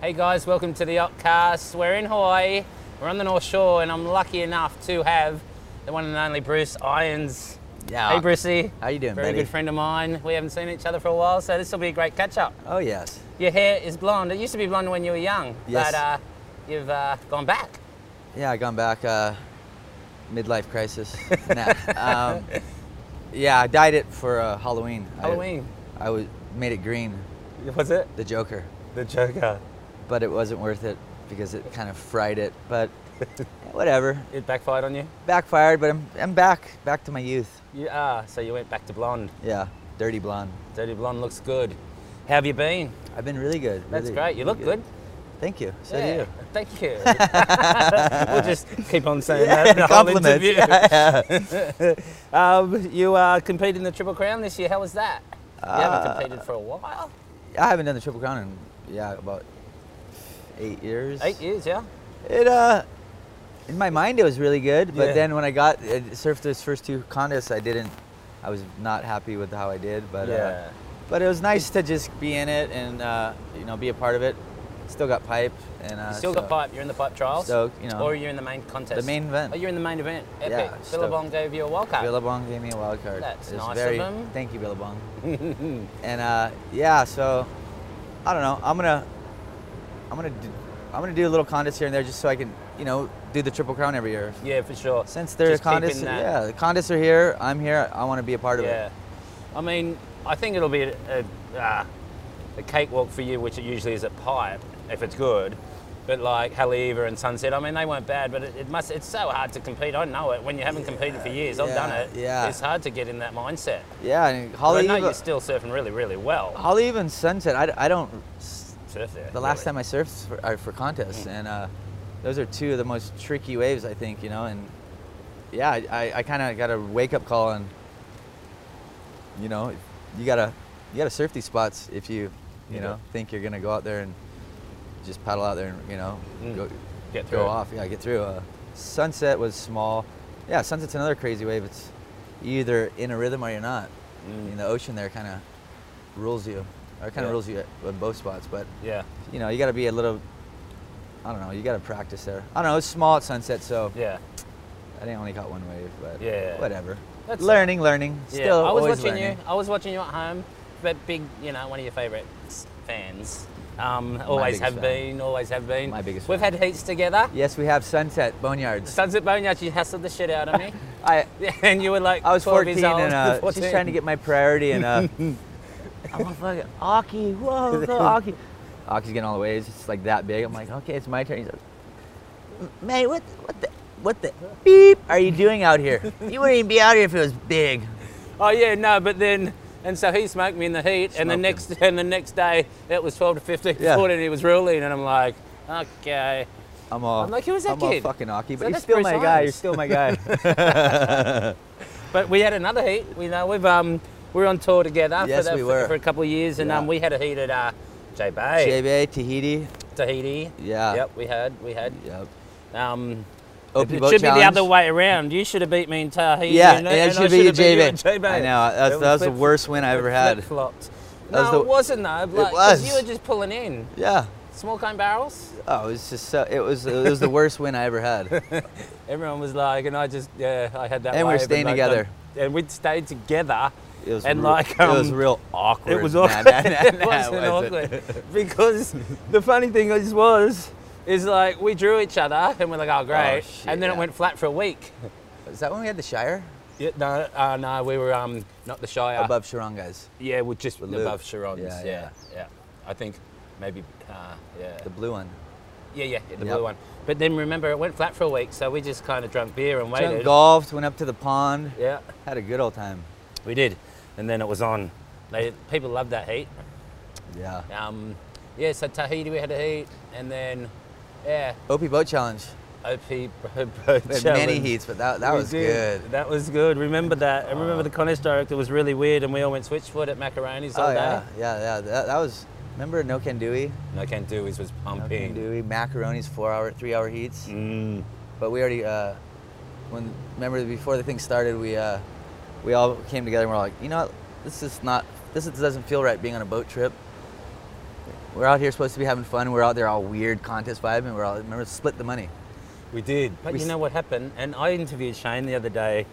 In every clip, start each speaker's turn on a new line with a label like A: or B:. A: Hey guys, welcome to the Yachtcast. We're in Hawaii, we're on the North Shore, and I'm lucky enough to have the one and only Bruce Irons.
B: Yeah.
A: Ah. Hey, Brucey.
B: How you doing,
A: Very
B: buddy?
A: good friend of mine. We haven't seen each other for a while, so this will be a great catch up.
B: Oh yes.
A: Your hair is blonde. It used to be blonde when you were young,
B: Yes.
A: but uh, you've uh, gone back.
B: Yeah, I gone back. Uh, midlife crisis. nah. um, yeah, I dyed it for uh, Halloween. I-
A: Halloween.
B: I, was made it green,
A: Was it?
B: the Joker,
A: The Joker.
B: but it wasn't worth it because it kind of fried it. But whatever.
A: It backfired on you?
B: Backfired, but I'm I'm back, back to my youth.
A: You are, so you went back to blonde.
B: Yeah, dirty blonde.
A: Dirty blonde looks good. How have you been?
B: I've been really good.
A: That's
B: really,
A: great. You
B: really
A: look good.
B: Thank you. So
A: Yeah,
B: do you.
A: Thank you. we'll just keep on saying that the whole
B: Compliments.
A: interview.
B: Yeah, yeah.
A: Um, you uh, competed in the Triple Crown this year. How was that? you haven't
B: Uh,
A: competed for a while.
B: I haven't done the triple crown in yeah about eight years.
A: Eight years, yeah.
B: It uh, in my mind it was really good, but
A: Yeah.
B: then when I got I surfed those first two contests, I didn't. I was not happy with how I did, but
A: Yeah.
B: uh, but it was nice to just be in it and uh, you know be a part of it. Still got pipe and uh,
A: You still
B: so-
A: got pipe. You're in the pipe trials.
B: so, you know,
A: or you're in the main contest.
B: the main event.
A: Oh, you're in the main event. Epic.
B: Yeah, stoked.
A: Billabong gave you a wild card.
B: Billabong gave me a wild card.
A: That's
B: It was
A: nice of
B: very,
A: him.
B: Thank you, Billabong. and uh, yeah, so I don't know. I'm gonna I'm gonna do, I'm gonna do a little contest here and there just so I can you know do the triple crown every year.
A: yeah, for sure.
B: Since they're
A: Just keeping
B: contests,
A: that-
B: yeah, the contests are here. I'm here. I want to be a part of
A: Yeah.
B: it.
A: I mean, I think it'll be a, a, uh, a cakewalk for you, which it usually is at Pipe, if it's good. But like Haliva and Sunset, I mean, they weren't bad, but it, it must, it's so hard to compete. I know it. When you haven't competed for years, I've done
B: yeah,
A: it.
B: yeah.
A: It's hard to get in that mindset.
B: Yeah, and
A: But I
B: Holly,
A: know
B: even,
A: you're still surfing really, really well.
B: Holly even Sunset. I, I don't. s-
A: Surf there.
B: Oh, The last time I surfed for, uh, for contests,
A: Mm.
B: and uh, those are two of the most tricky waves I think you know. And yeah, I, I, I kind of got a wake up call, and you know, you gotta you gotta surf these spots if you you
A: You
B: know
A: do.
B: think you're gonna go out there and just paddle out there and you know
A: Mm.
B: go
A: I get
B: go
A: through.
B: off. Yeah, get through. Uh, sunset was small. Yeah, sunset's another crazy wave. It's you either in a rhythm or you're not. In the ocean, there kind of rules you, or kind of
A: Mm. Yeah.
B: rules you at, at both spots. But
A: Yeah,
B: you know, you got to be a little. I don't know. You got to practice there. I don't know. It's small at sunset, so
A: yeah.
B: I think I only got one wave, but
A: Yeah.
B: whatever.
A: That's
B: learning, learning.
A: Yeah,
B: Still,
A: I was
B: always
A: watching
B: learning.
A: you. I was watching you at home, but big, you know, one of your favourite s- fans. Um, always
B: biggest
A: have
B: fan.
A: been, always have been.
B: My biggest
A: We've
B: fan.
A: had heats together.
B: Yes, we have sunset boneyards.
A: Sunset Boneyard, she hassled the shit out of me.
B: I
A: and you were like,
B: I was
A: 12
B: 14
A: years
B: and
A: old.
B: uh, just
A: 14.
B: trying to get my priority and uh, I'm a fucking Aki, whoa, go Aki. Aki's getting all the waves. It's like that big. I'm like, okay, it's my turn. He's like, mate, what, what the, what the beep are you doing out here? You wouldn't even be out here if it was big.
A: Oh yeah, no, but then. And so he smoked me in the heat, and the
B: Smoked
A: next and the next day it was 12 to 15, to
B: Yeah.
A: 14, he was ruling, and I'm like, okay.
B: I'm all.
A: I'm like, who is that
B: I'm all
A: kid?
B: fucking Aki,
A: So
B: but you're
A: that's
B: still
A: Bruce
B: my guy. You're
A: Irons.
B: still my guy.
A: But we had another heat. We know we've um we were on tour together
B: Yes,
A: for, the,
B: we
A: for-
B: were.
A: for a couple of years, and
B: Yeah.
A: um we had a heat at uh, J Bay,
B: JBA, Tahiti.
A: Tahiti.
B: Yeah.
A: Yep, we had we had.
B: Yep.
A: Um,
B: Opie
A: it
B: Boat
A: should be the
B: Challenge.
A: other way around. You should have beat me in Tahiti.
B: Yeah,
A: and,
B: and it
A: and I
B: should be
A: should have beat you
B: JBA.
A: at J-Bay.
B: I know. That's, that was the worst win I ever had.
A: Flopped.
B: That
A: No,
B: was the-
A: it wasn't though. Like, 'cause You
B: was.
A: were just pulling in
B: Yeah.
A: small cone barrels.
B: Oh, it was just so. It was. It was the worst win I ever had.
A: Everyone was like, and I just yeah, I had that.
B: And we were
A: wave
B: staying
A: like,
B: together.
A: I- and we'd stayed together.
B: It was
A: and
B: real-
A: like
B: it was
A: um,
B: real awkward.
A: It was
B: Nah,
A: awkward.
B: nah, nah,
A: it
B: nah,
A: wasn't
B: wasn't.
A: awkward because the funny thing is was is like we drew each other and we're like, oh great,
B: shit,
A: and then it
B: yeah.
A: went flat for a week.
B: Is that when we had the Shire
A: Yeah, no, uh, no, we were um not the Shire.
B: above Sharongas,
A: Yeah, we're just
B: With
A: above
B: Luke.
A: Chiron's. Yeah
B: Yeah,
A: yeah, yeah, I think maybe uh, yeah.
B: the blue one?
A: yeah, yeah, yeah, the
B: Yep.
A: blue one. But then remember, it went flat for a week, so we just kind of drank beer and
B: Drunk
A: waited.
B: golfed, went up to the pond,
A: Yeah,
B: had a good old time.
A: we did, and then it was on. They, people loved that heat.
B: Yeah.
A: Um, yeah, so Tahiti we had a heat, and then yeah,
B: Opie Boat Challenge.
A: OP Bro
B: We had
A: Challenge.
B: many heats, but that that
A: We
B: was
A: did.
B: good.
A: That was good. Remember that. I remember the contest director was really weird, and we all went switchfoot at Macaroni's all
B: oh yeah,
A: day.
B: yeah, yeah. That, that was. Remember No Can Dewey?
A: No can do. He was
B: No Can
A: pumping.
B: Dewey. Macaroni's four hour, three hour heats.
A: Mm.
B: But we already. Uh, when remember before the thing started, we uh, we all came together and we're all like, you know, what? this is not this is, doesn't feel right being on a boat trip. We're out here supposed to be having fun. We're out there all weird contest vibe, and we're all remember split the money.
A: We did. But
B: We
A: you
B: s-
A: know what happened? And I interviewed Shane the other day,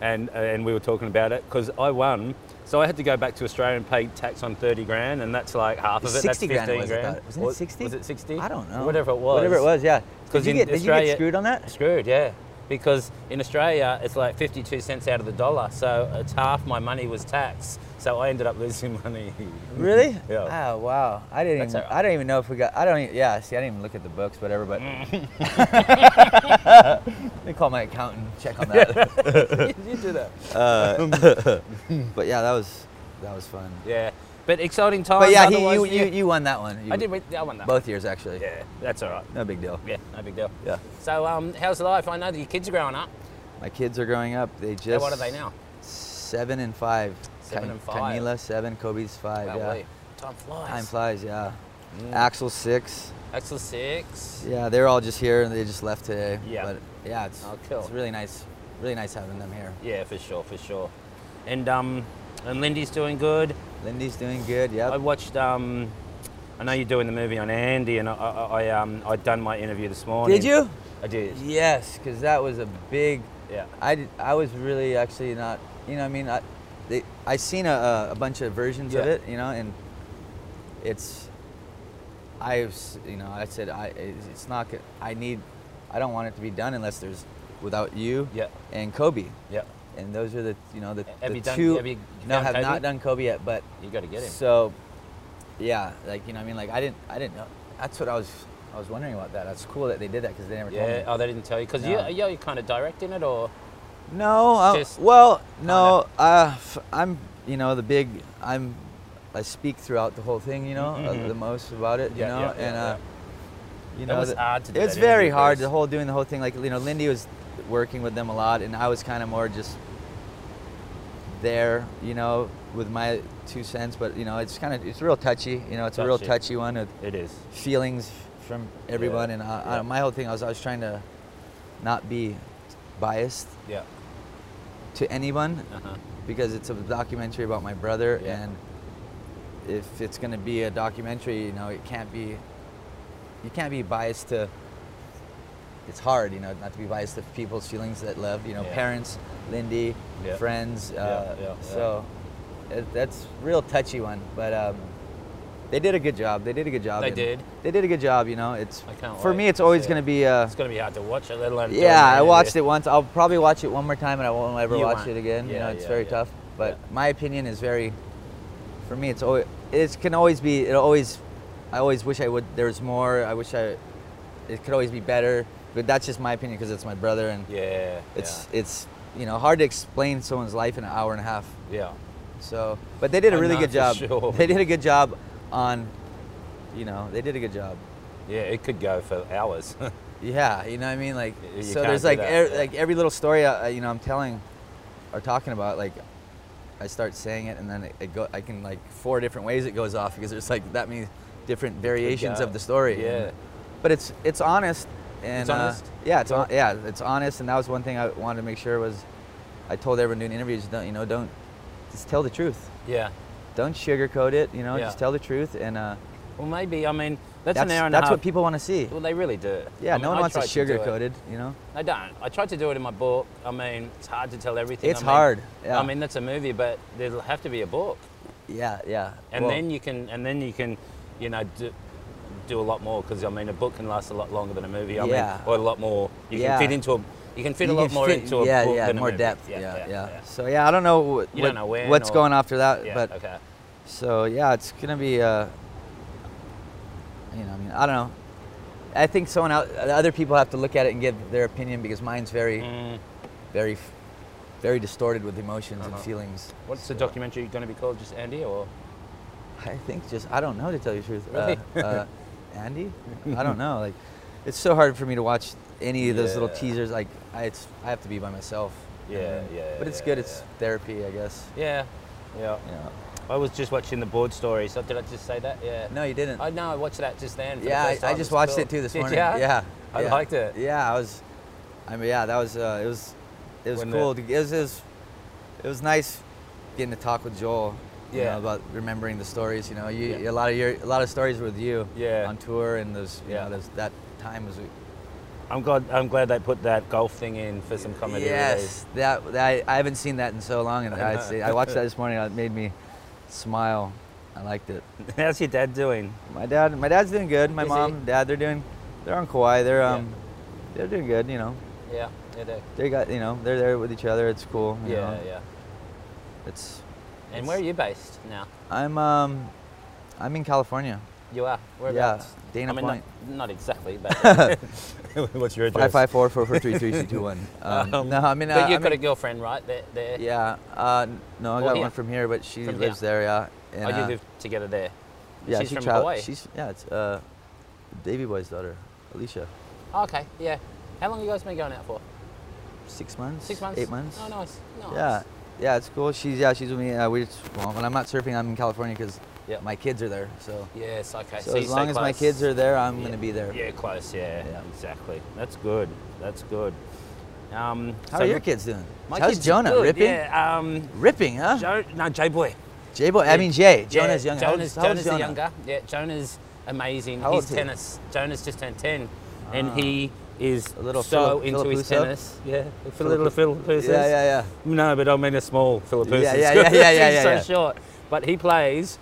A: and and we were talking about it because I won. So I had to go back to Australia and pay tax on thirty grand, and that's like half of it. That's
B: 60
A: fifteen
B: grand it was, I
A: grand.
B: thought. Wasn't it 60?
A: Was it sixty?
B: I don't know.
A: Whatever it was.
B: Whatever it was, yeah. Did
A: Because
B: you,
A: in
B: get, did you get
A: Australia-
B: screwed on that?
A: Screwed, yeah. Because in Australia, it's like fifty-two cents out of the dollar, so it's half my money was tax. So I ended up losing money.
B: Really?
A: yeah.
B: Oh wow. I didn't.
A: That's
B: Even,
A: all right.
B: I don't even know if we got. I don't. Even, yeah. See, I didn't even look at the books, whatever. But
A: Mm.
B: let me call my accountant. Check on that. Ah,
A: you do that.
B: But yeah, that was that was fun.
A: Yeah, but exciting time.
B: But yeah, he, you,
A: otherwise,
B: you you won that one. You-
A: I did. win- I won that.
B: both years actually.
A: Yeah, that's all right.
B: No big deal.
A: Yeah, no big deal.
B: Yeah.
A: So, um, how's life? I know that your kids are growing up.
B: My kids are growing up. They just.
A: How old are they now?
B: Seven and five.
A: Seven
B: Ka-
A: and five.
B: Camila seven. Kobe's five.
A: Oh,
B: yeah.
A: wait. Mm. Time flies.
B: Time flies. Yeah. Axel six.
A: Axel six.
B: Yeah, they're all just here and they just left today.
A: Yeah.
B: But yeah, it's,
A: Oh, cool.
B: it's really nice. Really nice having them here.
A: Yeah, for sure, for sure. And um, and Lindy's doing good.
B: Lindy's doing good. Yep.
A: I watched um, I know you're doing the movie on Andy, and I, I, I um, I'd done my interview this morning.
B: Did you?
A: I did.
B: Yes, because that was a big.
A: Yeah.
B: I, did- I was really actually not. You know, I mean, I they, I seen a, a, a bunch of versions of
A: Yeah.
B: it. You know, and it's. I've s- you know I said I it's it's not good. I need I don't want it to be done unless there's without you
A: Yeah.
B: and Kobe
A: Yeah.
B: and those are the you know the,
A: Have
B: the
A: you done-
B: two
A: have you
B: no
A: found
B: have
A: Kobe?
B: not done Kobe yet but
A: You got to get him.
B: so, yeah, like you know, what I mean, like I didn't, I didn't know. That's what I was, I was wondering about that. That's cool that they did that because they never
A: yeah.
B: told me.
A: Oh, they didn't tell you because
B: No.
A: you, you're kind of directing it, or
B: No, I,
A: Just
B: well, no, uh, f- I'm, you know, the big, I'm, I speak throughout the whole thing, you know, uh, the most about it,
A: Mm-hmm. Yeah,
B: you know,
A: yeah, yeah,
B: and uh, you
A: That
B: know,
A: was
B: the-
A: hard to do
B: It's
A: that
B: very
A: interview
B: hard.
A: first.
B: The whole doing the whole thing, like you know, Lindy was working with them a lot, and I was kind of more just there, you know, with my two cents. But you know, it's kind of, it's real touchy. You know, it's a real
A: Touchy.
B: touchy one. With,
A: it is.
B: feelings from everyone, and I, I,
A: yeah.
B: my whole thing I was I was trying to not be biased
A: Yeah.
B: to anyone
A: Uh-huh.
B: because it's a documentary about my brother,
A: Yeah.
B: and if it's gonna be a documentary, you know, it can't be you can't be biased to. It's hard, you know, not to be biased to people's feelings that love, you know,
A: Yeah.
B: parents, Lindy,
A: Yeah.
B: friends. Uh,
A: yeah, yeah.
B: So it, that's real touchy one, but. Um, they did a good job. They did a good job.
A: They
B: and
A: did.
B: They did a good job. You know, it's
A: I can't
B: for
A: wait
B: me. It's
A: to
B: always
A: see
B: going
A: it.
B: to be. Uh,
A: It's gonna be hard to watch it, let alone. do
B: yeah,
A: an
B: I watched
A: interview.
B: it once. I'll probably watch it one more time, and I won't ever
A: You
B: watch
A: won't.
B: it again. you
A: Yeah,
B: know, it's
A: yeah,
B: very
A: yeah.
B: tough. But
A: Yeah.
B: my opinion is very. For me, it's always it can always be. It always, I always wish I would. There's more. I wish I. It could always be better, but that's just my opinion because it's my brother, and
A: Yeah.
B: it's it's you know hard to explain someone's life in an hour and a half.
A: yeah.
B: So, but they did a
A: I
B: really
A: know
B: good
A: for
B: job.
A: sure.
B: They did a good job on, you know, they did a good job.
A: Yeah. Yeah. It could go for hours.
B: Yeah, you know what I mean. Like,
A: You
B: so
A: can't
B: there's
A: do
B: like
A: that,
B: er,
A: yeah.
B: like every little story I, I- you know I'm telling, or talking about like, I start saying it and then it, it go I can like four different ways it goes off because there's like that many different variations
A: go.
B: of the story.
A: Yeah.
B: but it's it's honest and
A: It's
B: uh,
A: honest?
B: yeah, it's hon- yeah, it's honest and that was one thing I wanted to make sure was, I told everyone doing interviews don't you know don't, just tell the truth.
A: yeah.
B: Don't sugarcoat it. You know,
A: Yeah.
B: just tell the truth and. Uh,
A: Well, maybe. I mean, that's, an
B: that's
A: hour and a
B: that's
A: half.
B: what people want to see.
A: Well, they really do.
B: Yeah,
A: I mean,
B: no one
A: I
B: wants it
A: tried to do
B: sugar
A: it.
B: coated, you know.
A: I don't. I tried to do it in my book. I mean, it's hard to tell everything.
B: It's
A: I mean,
B: hard, yeah.
A: I mean, that's a movie, but there'll have to be a book,
B: Yeah, yeah.
A: and
B: Well,
A: then you can, and then you can, you know, do, do a lot more because I mean, a book can last a lot longer than a movie. I
B: Yeah.
A: mean, or a lot more. You can
B: Yeah.
A: fit into a. You can fit
B: you
A: a lot
B: can
A: more
B: fit-
A: into a
B: yeah,
A: book
B: yeah,
A: than a
B: more
A: movie.
B: depth. Yeah yeah, So yeah, I don't know, what,
A: You
B: what-
A: don't know when
B: what's
A: or-
B: going after that,
A: Yeah,
B: but
A: okay.
B: so yeah, it's gonna be. Uh, you know, I mean, I don't know. I think someone out, other people have to look at it and give their opinion because mine's very,
A: Mm,
B: very, f- very distorted with emotions and
A: Uh-huh.
B: feelings.
A: what's the documentary going to be called? Just Andy or?
B: I think just I don't know to tell you the truth.
A: Really?
B: Uh, uh, Andy, I don't know. Like, it's so hard for me to watch any of those little
A: Yeah.
B: teasers. Like, I it's I have to be by myself.
A: Yeah,
B: And-
A: yeah,
B: But it's
A: yeah,
B: good.
A: yeah.
B: It's therapy, I guess.
A: Yeah. Yeah.
B: You know.
A: I was just watching the board story. So did I just say that? Yeah.
B: No, you didn't.
A: I know. I watched that just then. for the
B: yeah,
A: first
B: I, I
A: time.
B: just
A: It's
B: watched
A: cool.
B: it too this
A: Did
B: morning.
A: ya?
B: Yeah,
A: I
B: yeah.
A: liked it.
B: Yeah, I was. I mean, yeah, that was uh, it was it was
A: When the-
B: cool. to- it was it was it was nice getting to talk with Joel. you know,
A: Yeah.
B: about remembering the stories. You know, you,
A: Yeah.
B: a lot of your a lot of stories with you.
A: Yeah.
B: On tour and those you
A: Yeah.
B: know those, that time was.
A: I'm glad. I'm glad they put that golf thing in for some comedy.
B: Yes, that, that I haven't seen that in so long, and I, I watched that this morning. and It made me smile. I liked it.
A: relief. How's your dad doing?
B: My dad, my dad's doing good. My
A: Is he?
B: mom, dad, they're doing, they're on Kauai. They're
A: Yeah.
B: um, they're doing good. You know,
A: Yeah, yeah, they-
B: they got you know they're there with each other. It's cool. you
A: yeah,
B: know.
A: yeah.
B: It's
A: And where are you based now?
B: I'm um, I'm in California.
A: You are.
B: yeah,
A: Whereabouts?
B: Dana
A: I mean,
B: Point.
A: Not, not exactly, but what's your
B: Five five four four four three three two two one. Um,
A: Um,
B: no, I mean, uh,
A: but you've
B: I'm
A: got a
B: in-
A: girlfriend, right? There. there.
B: yeah. Uh, no, I
A: Or
B: got
A: here.
B: one from here, but she
A: From
B: lives
A: here.
B: there. Yeah.
A: Oh, you
B: uh,
A: live together there.
B: yeah,
A: she's
B: she
A: from
B: travel-
A: Hawaii.
B: She's yeah, it's uh, Davy Boy's daughter, Alicia.
A: Oh, okay. Yeah. How long you guys been going out for?
B: Six months.
A: Six months.
B: Eight months.
A: Oh, nice. nice.
B: Yeah, yeah, it's cool. She's yeah, she's with me. Uh, we just, well, when I'm not surfing, I'm in California because
A: Yeah.
B: my kids are there. So,
A: Yes. Okay.
B: so
A: So
B: as
A: you stay
B: long as my
A: close.
B: kids are there, I'm
A: Yeah.
B: gonna be there.
A: Yeah, close. Yeah,
B: Yeah.
A: exactly. That's good. That's good. Um,
B: How
A: so
B: are your
A: my-
B: kids doing?
A: My
B: How's
A: kids are
B: Jonah
A: good,
B: ripping?
A: Yeah. Um,
B: Ripping, huh?
A: Joe, no, Jay Boy.
B: J boy, I mean Jay. Jonah's younger. How old-
A: Jonah's,
B: how old
A: Jonah's
B: is
A: the
B: Jonah?
A: younger. Yeah, Jonah's amazing.
B: How old
A: He's
B: is he? Ah.
A: tennis. Jonah's just turned 10, and he is
B: A little
A: so
B: Philip-
A: into his
B: Philippusa?
A: tennis. Yeah, for little Philippusas.
B: Yeah, yeah, yeah.
A: No, but I mean a small Philippusas.
B: Yeah, yeah, yeah, yeah, yeah,
A: He's so
B: yeah.
A: short. But he plays.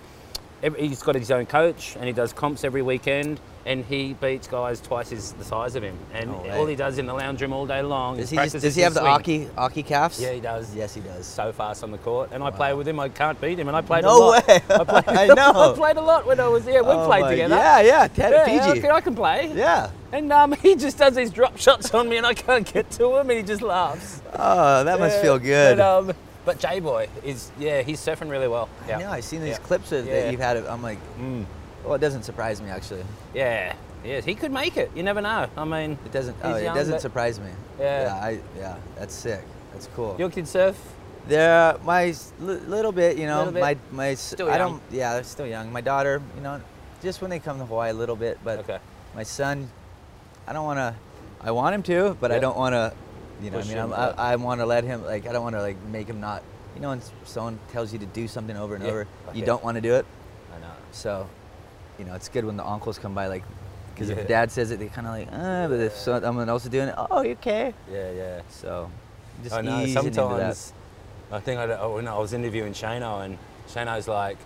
A: ev- He's got his own coach, and he does comps every weekend. And he beats guys twice his, the size of him. And
B: No way.
A: all he does in the lounge room all day long
B: Does
A: is
B: he, just,
A: practices
B: does he
A: his
B: have the
A: swing.
B: Aki Aki calves?
A: Yeah, he does.
B: Yes, he does.
A: So fast on the court, and I play with him. I can't beat him, and I played a
B: No
A: lot.
B: way.
A: I, played,
B: I
A: I
B: know.
A: played a lot when I was there. We
B: Oh
A: played
B: my-
A: together.
B: Yeah, yeah. Ted,
A: Yeah, I
B: Fiji.
A: can, I can play.
B: Yeah.
A: And um, he just does these drop shots on me, and I can't get to him, and he just laughs.
B: Oh, that must
A: Yeah,
B: feel good.
A: But, um, but J Boy is yeah, he's surfing really well. Yeah,
B: I know. I've seen these
A: Yeah.
B: clips of,
A: Yeah.
B: that you've had. Of, I'm like,
A: Mm.
B: well, it doesn't surprise me actually.
A: yeah, yeah. He could make it. You never know. I mean,
B: It doesn't.
A: He's
B: Oh, it
A: young,
B: doesn't
A: but-
B: surprise me.
A: Yeah.
B: Yeah. I, yeah. That's sick. That's cool.
A: your kids surf.
B: They're my s- li- little bit, you know.
A: Little bit.
B: My my. s-
A: Still
B: I
A: young.
B: don't. Yeah, they're still young. My daughter, you know, just when they come to Hawaii a little bit, but
A: Okay.
B: my son, I don't want to. I want him to, but I
A: Yeah.
B: don't want to. You know,
A: Push
B: I mean,
A: him,
B: I'm,
A: yeah.
B: I, I want to let him. Like, I don't want to like make him not. You know, when s- someone tells you to do something over and
A: Yeah.
B: over, you
A: Okay.
B: don't want to do it.
A: I know.
B: So, you know, it's good when the uncles come by, like, because
A: Yeah.
B: if dad says it, they kind of like, uh, but if so- someone else is doing it, oh, okay.
A: Yeah, yeah.
B: So, just
A: I know.
B: easing into that.
A: Oh, Sometimes I think I, oh, no, I was interviewing Shano, and Shano's like,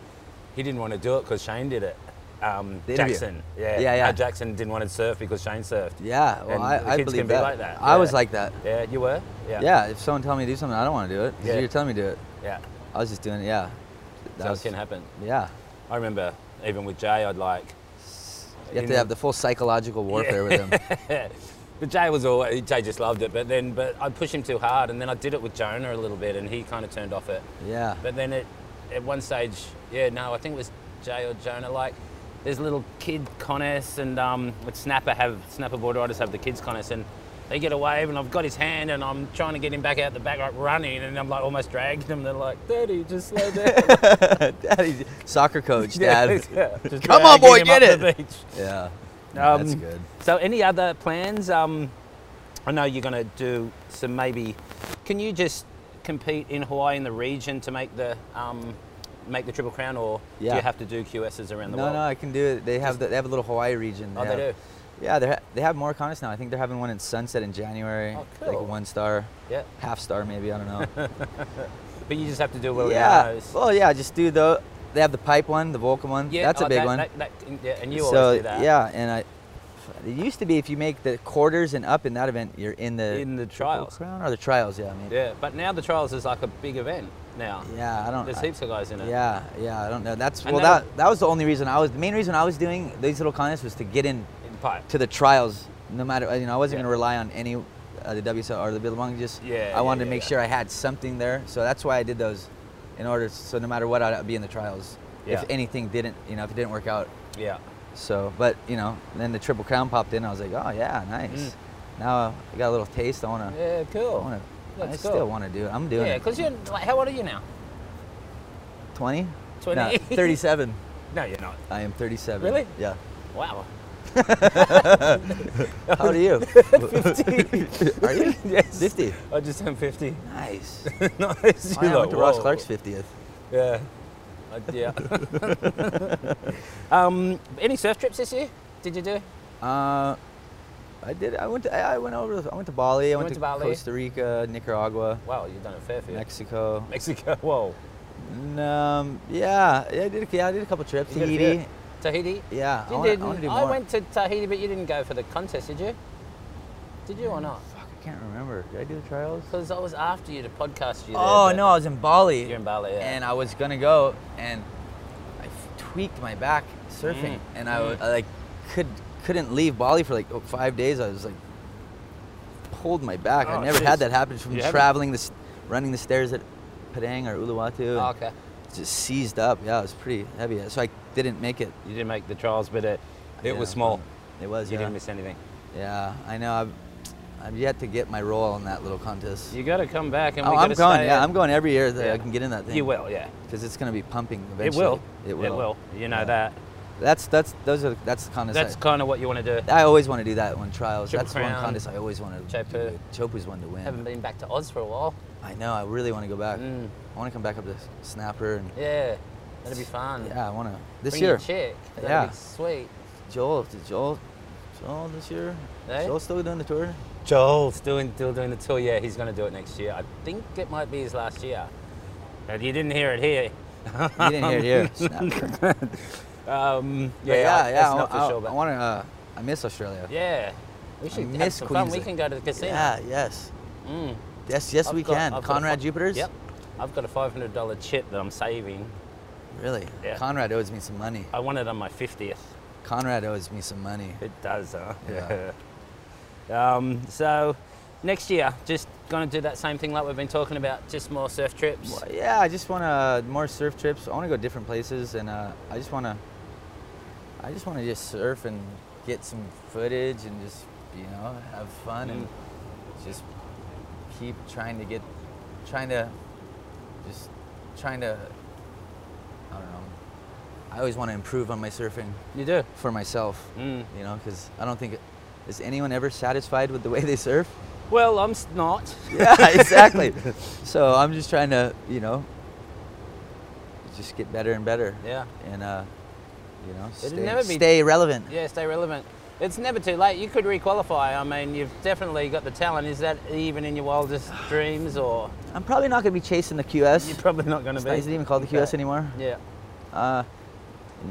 A: he didn't want to do it because Shane did it. Um,
B: The interview.
A: Jackson, yeah,
B: Yeah, yeah.
A: No, Jackson didn't want to surf because Shane surfed.
B: Yeah, well,
A: And
B: I,
A: the
B: I
A: kids
B: believe
A: can be
B: that.
A: like that,
B: I was
A: yeah.
B: like that.
A: Yeah, you were. Yeah,
B: Yeah. if someone told me to do something, I don't want to do it. 'cause
A: Yeah.
B: You're telling me to do it.
A: yeah.
B: I was just doing it. Yeah. That
A: so
B: was-
A: it can happen.
B: yeah.
A: I remember even with Jay, I'd like.
B: You have
A: in
B: to have the full psychological warfare with them.
A: But Jay was always Jay just loved it. But then, but I pushed him too hard, and then I did it with Jonah a little bit, and he kind of turned off it.
B: Yeah.
A: But then it, at one stage, yeah, no, I think it was Jay or Jonah. Like, there's a little kid Conness and um, with Snapper have Snapper board riders have the kids Conness and they get away and I've got his hand and I'm trying to get him back out the back like running and I'm like almost dragging him. They're like, Daddy, just slow down.
B: Daddy, soccer coach, dad.
A: Yeah, just
B: Come on, boy,
A: dragging him
B: get
A: up the beach.
B: yeah.
A: Um,
B: That's good.
A: So, any other plans? Um, I know you're going to do some maybe. Can you just compete in Hawaii in the region to make the um, make the Triple Crown, or do
B: Yeah.
A: you have to do QSs around the
B: No,
A: world?
B: no, I can do it. They have the, they have a little Hawaii region.
A: Oh, they
B: have-
A: do?
B: Yeah, they ha- they have more contests now. I think they're having one in Sunset in January.
A: Oh,
B: Like a
A: cool.
B: one star,
A: Yeah,
B: half star maybe. I don't know.
A: but you just have to do well
B: yeah.
A: around those.
B: Well, yeah, just do the. They have the pipe one, the Vulcan one.
A: yeah,
B: that's
A: oh,
B: a big
A: that-
B: one.
A: that- that- yeah, and you
B: so
A: always do that.
B: yeah, and I. It used to be if you make the quarters and up in that event, you're in the
A: In the
B: Triple
A: trials.
B: crown or the trials. Yeah, I mean.
A: yeah. But now the trials is like a big event now.
B: Yeah, I don't.
A: There's
B: I-
A: heaps of guys in it.
B: Yeah, yeah, I don't know. That's
A: And
B: well,
A: that'll-
B: that that was the only reason I was. The main reason I was doing these little contests was to get in
A: in the pipe.
B: to the trials. No matter, you know, I wasn't
A: Yeah.
B: gonna rely on any uh, the WSL or the Billabong. Just
A: Yeah,
B: I wanted
A: yeah,
B: to
A: yeah,
B: make
A: yeah.
B: sure I had something there. So that's why I did those, in order. So no matter what, I'd be in the trials.
A: Yeah.
B: If anything didn't, you know, if it didn't work out.
A: Yeah,
B: So, but you know, then the triple crown popped in. I was like, oh yeah, nice.
A: Mm.
B: Now I got a little taste. I wanna,
A: yeah,
B: I
A: cool.
B: wanna, I
A: That's
B: still
A: cool.
B: wanna do it. I'm doing
A: Yeah,
B: it.
A: because you're like, how old are you now?
B: 20?
A: 20?
B: No, 37.
A: No, you're not.
B: I am 37.
A: Really?
B: Yeah.
A: Wow.
B: How old are you?
A: 50.
B: Are you?
A: Yes.
B: 50.
A: I just turned 50.
B: Nice.
A: nice.
B: Wow, I
A: You're
B: went
A: like,
B: to Ross
A: "Whoa."
B: Clark's 50th.
A: Yeah. Uh, yeah. um, any surf trips this year? Did you do?
B: Uh, I did. I went. To, I I went over. I went to Bali. I went,
A: went
B: to,
A: to Bali?
B: Costa Rica, Nicaragua,
A: Wow, you've done a fair few.
B: Mexico.
A: Mexico. Whoa.
B: And, um, yeah, yeah, I did. a- Yeah, I did a couple trips.
A: You did a
B: Tahiti.
A: Tahiti.
B: Yeah,
A: You
B: I wanna,
A: didn't.
B: I
A: I,
B: wanna do more.
A: went to Tahiti, but you didn't go for the contest, did you? Did you or not?
B: Fuck, I can't remember. Did I do the trials?
A: Because I was after you to podcast you. There,
B: Oh
A: but
B: no, I was in Bali.
A: You're in Bali. Yeah.
B: and I was gonna go, and I f- tweaked my back surfing,
A: Mm,
B: and I, w- I, like could couldn't leave Bali for like oh, five days. I was like pulled my back.
A: Oh,
B: I never
A: jeez.
B: had that happen from
A: You haven't?
B: traveling this, running the stairs at Padang or Uluwatu.
A: Oh,
B: and
A: okay.
B: Just seized up. Yeah, it was pretty heavy. So I didn't make it.
A: You didn't make the trials, but it, it was
B: Yeah,
A: small.
B: It was.
A: You
B: yeah.
A: didn't miss anything.
B: Yeah, I know. I've, I've yet to get my role in that little contest.
A: You got to come back, and
B: oh,
A: we
B: I'm
A: gotta
B: going.
A: stay
B: Yeah,
A: in.
B: I'm going every year that
A: Yeah.
B: I can get in that thing.
A: You will. Yeah.
B: Because it's going to be pumping
A: It
B: eventually.
A: will.
B: It will.
A: You know
B: Yeah.
A: that.
B: That's that's those are that's the contest.
A: That's kind of what you want to do.
B: I, I always want to do that one trials.
A: Triple
B: that's
A: Crown,
B: one contest I always wanted. to
A: Chopu.
B: do. Chopu's one to win.
A: Haven't been back to Oz for a while.
B: I know. I really want to go back.
A: Mm.
B: I want to come back up to Snapper and
A: Yeah, that'd be fun.
B: yeah, I want to this
A: Bring
B: year.
A: Your chick. That'd
B: Yeah.
A: be sweet.
B: Joel, did Joel, Joel this year?
A: Eh?
B: Joel's still doing the tour.
A: Joel's doing still doing the tour. Yeah, he's going to do it next year. I think it might be his last year. But you didn't hear it here.
B: You didn't hear it here. Snapper. But
A: Um, yeah,
B: yeah, yeah.
A: that's
B: I,
A: not for
B: I-
A: sure. But
B: I want to. Uh, I miss Australia.
A: yeah, we should have
B: miss
A: some fun. We
B: Queensland.
A: can go to the casino.
B: Yeah, Yes.
A: Mm.
B: Yes. Yes,
A: I've
B: we
A: got-
B: can.
A: I've got a
B: Conrad
A: fi-
B: Jupiter's.
A: Yep. I've got a five hundred dollar chip that I'm saving. Uh,
B: Really.
A: Yeah.
B: Conrad owes me some money.
A: I won it on my fiftieth.
B: Conrad owes me some money.
A: It does, huh?
B: Yeah.
A: um, so next year, just going to do that same thing like we've been talking about, just more surf trips.
B: Well, yeah, I just want to more surf trips. I want to go different places, and uh, I just want to, I just want to just surf and get some footage and just you know have fun and
A: Mm.
B: just keep trying to get, trying to, just trying to, I don't know. I always want to improve on my surfing
A: You do.
B: for myself,
A: Mm.
B: you know, because I don't think is anyone ever satisfied with the way they surf.
A: Well, I'm s- not.
B: yeah, exactly. so I'm just trying to, you know, just get better and better.
A: Yeah.
B: And, uh, you know, stay,
A: never be-
B: stay relevant.
A: Yeah, stay relevant. It's never too late. You could requalify. I mean, you've definitely got the talent. Is that even in your wildest dreams, or
B: I'm probably not going to be chasing the QS.
A: you're probably not going to
B: It's
A: be?
B: not- Is it even called the
A: Okay.
B: QS anymore?
A: Yeah.
B: Uh,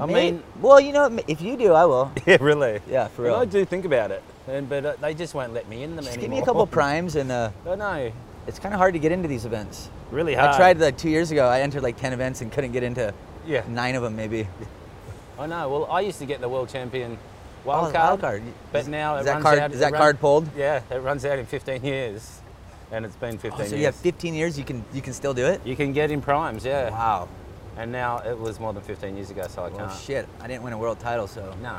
A: I
B: may-
A: mean-
B: well, you know, if you do, I will.
A: Yeah, really.
B: Yeah, for
A: And
B: real.
A: I do think about it, and but uh, they just won't let me in them
B: Just give
A: anymore.
B: me a couple primes, and uh,
A: I know.
B: it's kind of hard to get into these events.
A: Really hard.
B: I tried like two years ago. I entered like ten events and couldn't get into
A: Yeah.
B: nine of them, maybe.
A: I know. Well, I used to get the world champion
B: Oh,
A: wild
B: the
A: card,
B: wild card.
A: but
B: Is-
A: now
B: is
A: it
B: that
A: runs
B: card-
A: out.
B: is
A: it
B: that card pulled?
A: Yeah, it runs out in 15 years, and it's been 15
B: Oh, so
A: years.
B: you have 15 years. You can you can still do it.
A: You can get in primes, yeah.
B: Wow.
A: And now it was more than 15 years ago, so I
B: Well,
A: can't.
B: shit, I didn't win a world title, so.
A: No,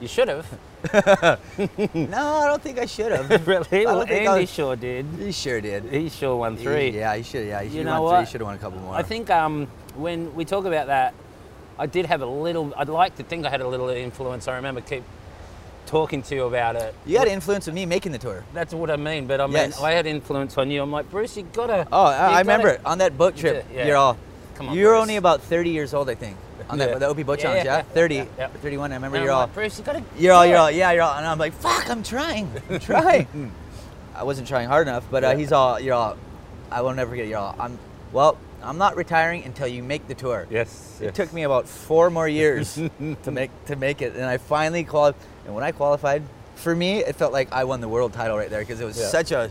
A: you should have. Hmm.
B: no, I don't think I should have.
A: really?
B: I
A: Well,
B: don't think
A: Andy
B: I was-
A: sure did.
B: he sure did.
A: He sure won three.
B: He- yeah, he should. Yeah, he should
A: You
B: have
A: know
B: won
A: what?
B: three. He should have won a couple more.
A: I think um, when we talk about that, I did have a little. I'd like to think I had a little influence. I remember keep talking to you about it.
B: you had influence with me making the tour.
A: That's what I mean. But I mean,
B: Yes.
A: I had influence on you. I'm like, Bruce, you gotta.
B: Oh, I,
A: you
B: I remember
A: gotta-
B: it. on that boat
A: You
B: trip.
A: did, yeah.
B: You're all.
A: Come on,
B: you're
A: Bruce.
B: only about 30 years old, I think. On that
A: Yeah.
B: the OP boat
A: Yeah,
B: challenge,
A: yeah,
B: yeah,
A: yeah,
B: 30,
A: yeah, yeah.
B: 31. I remember
A: And I'm
B: you're all.
A: like, Bruce, you gotta.
B: You're all.
A: do
B: You're
A: it."
B: all. Yeah, you're all. And I'm like, fuck, I'm trying. I'm trying. I wasn't trying hard enough, but
A: Hmm.
B: uh,
A: Yeah.
B: he's all. You're all. I will never forget. You're all. I'm. Well, I'm not retiring until you make the tour.
A: Yes.
B: It took me about four more years to make to make it, and I finally qualified. And when I qualified, for me, it felt like I won the world title right there because it was
A: Yeah.
B: such a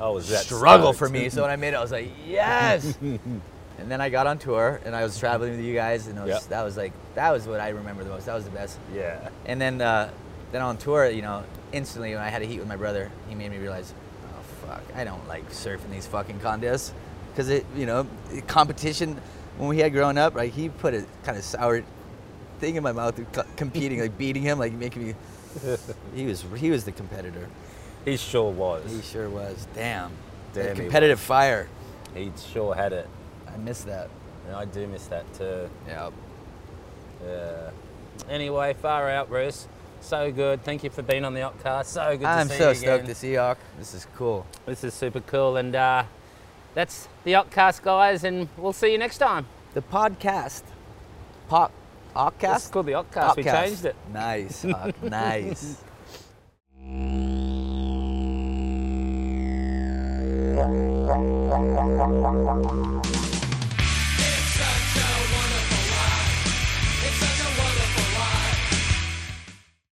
A: Oh, was that
B: struggle
A: stoked.
B: for me. So when I made it, I was like, yes. and then I got on tour, and I was traveling with you guys, and it was,
A: Yeah.
B: that was like that was what I remember the most. That was the best.
A: Yeah.
B: And then uh, then on tour, you know, instantly when I had a heat with my brother, he made me realize, oh fuck, I don't like surfing these fucking contests because it, you know, competition. When we had grown up, like he put a kind of sour thing in my mouth, of co- competing, like beating him, like making me. He was he was the competitor.
A: He sure was.
B: He sure was. Damn.
A: Damn, he
B: the
A: was.
B: competitive fire.
A: He sure had it.
B: I miss that.
A: And I do miss that too.
B: Yeah.
A: Yeah. Anyway, far out, Bruce. So good. Thank you for being on the Opcast. So good to
B: I'm
A: see
B: so
A: you
B: stoked
A: again.
B: to see y'all. This is cool.
A: This is super cool. And uh, that's the Opcast, guys. And we'll see you next time.
B: The podcast, pop,
A: It's
B: podcast,
A: called the Opcast. We
B: Podcast.
A: changed it.
B: Nice, Ock, nice.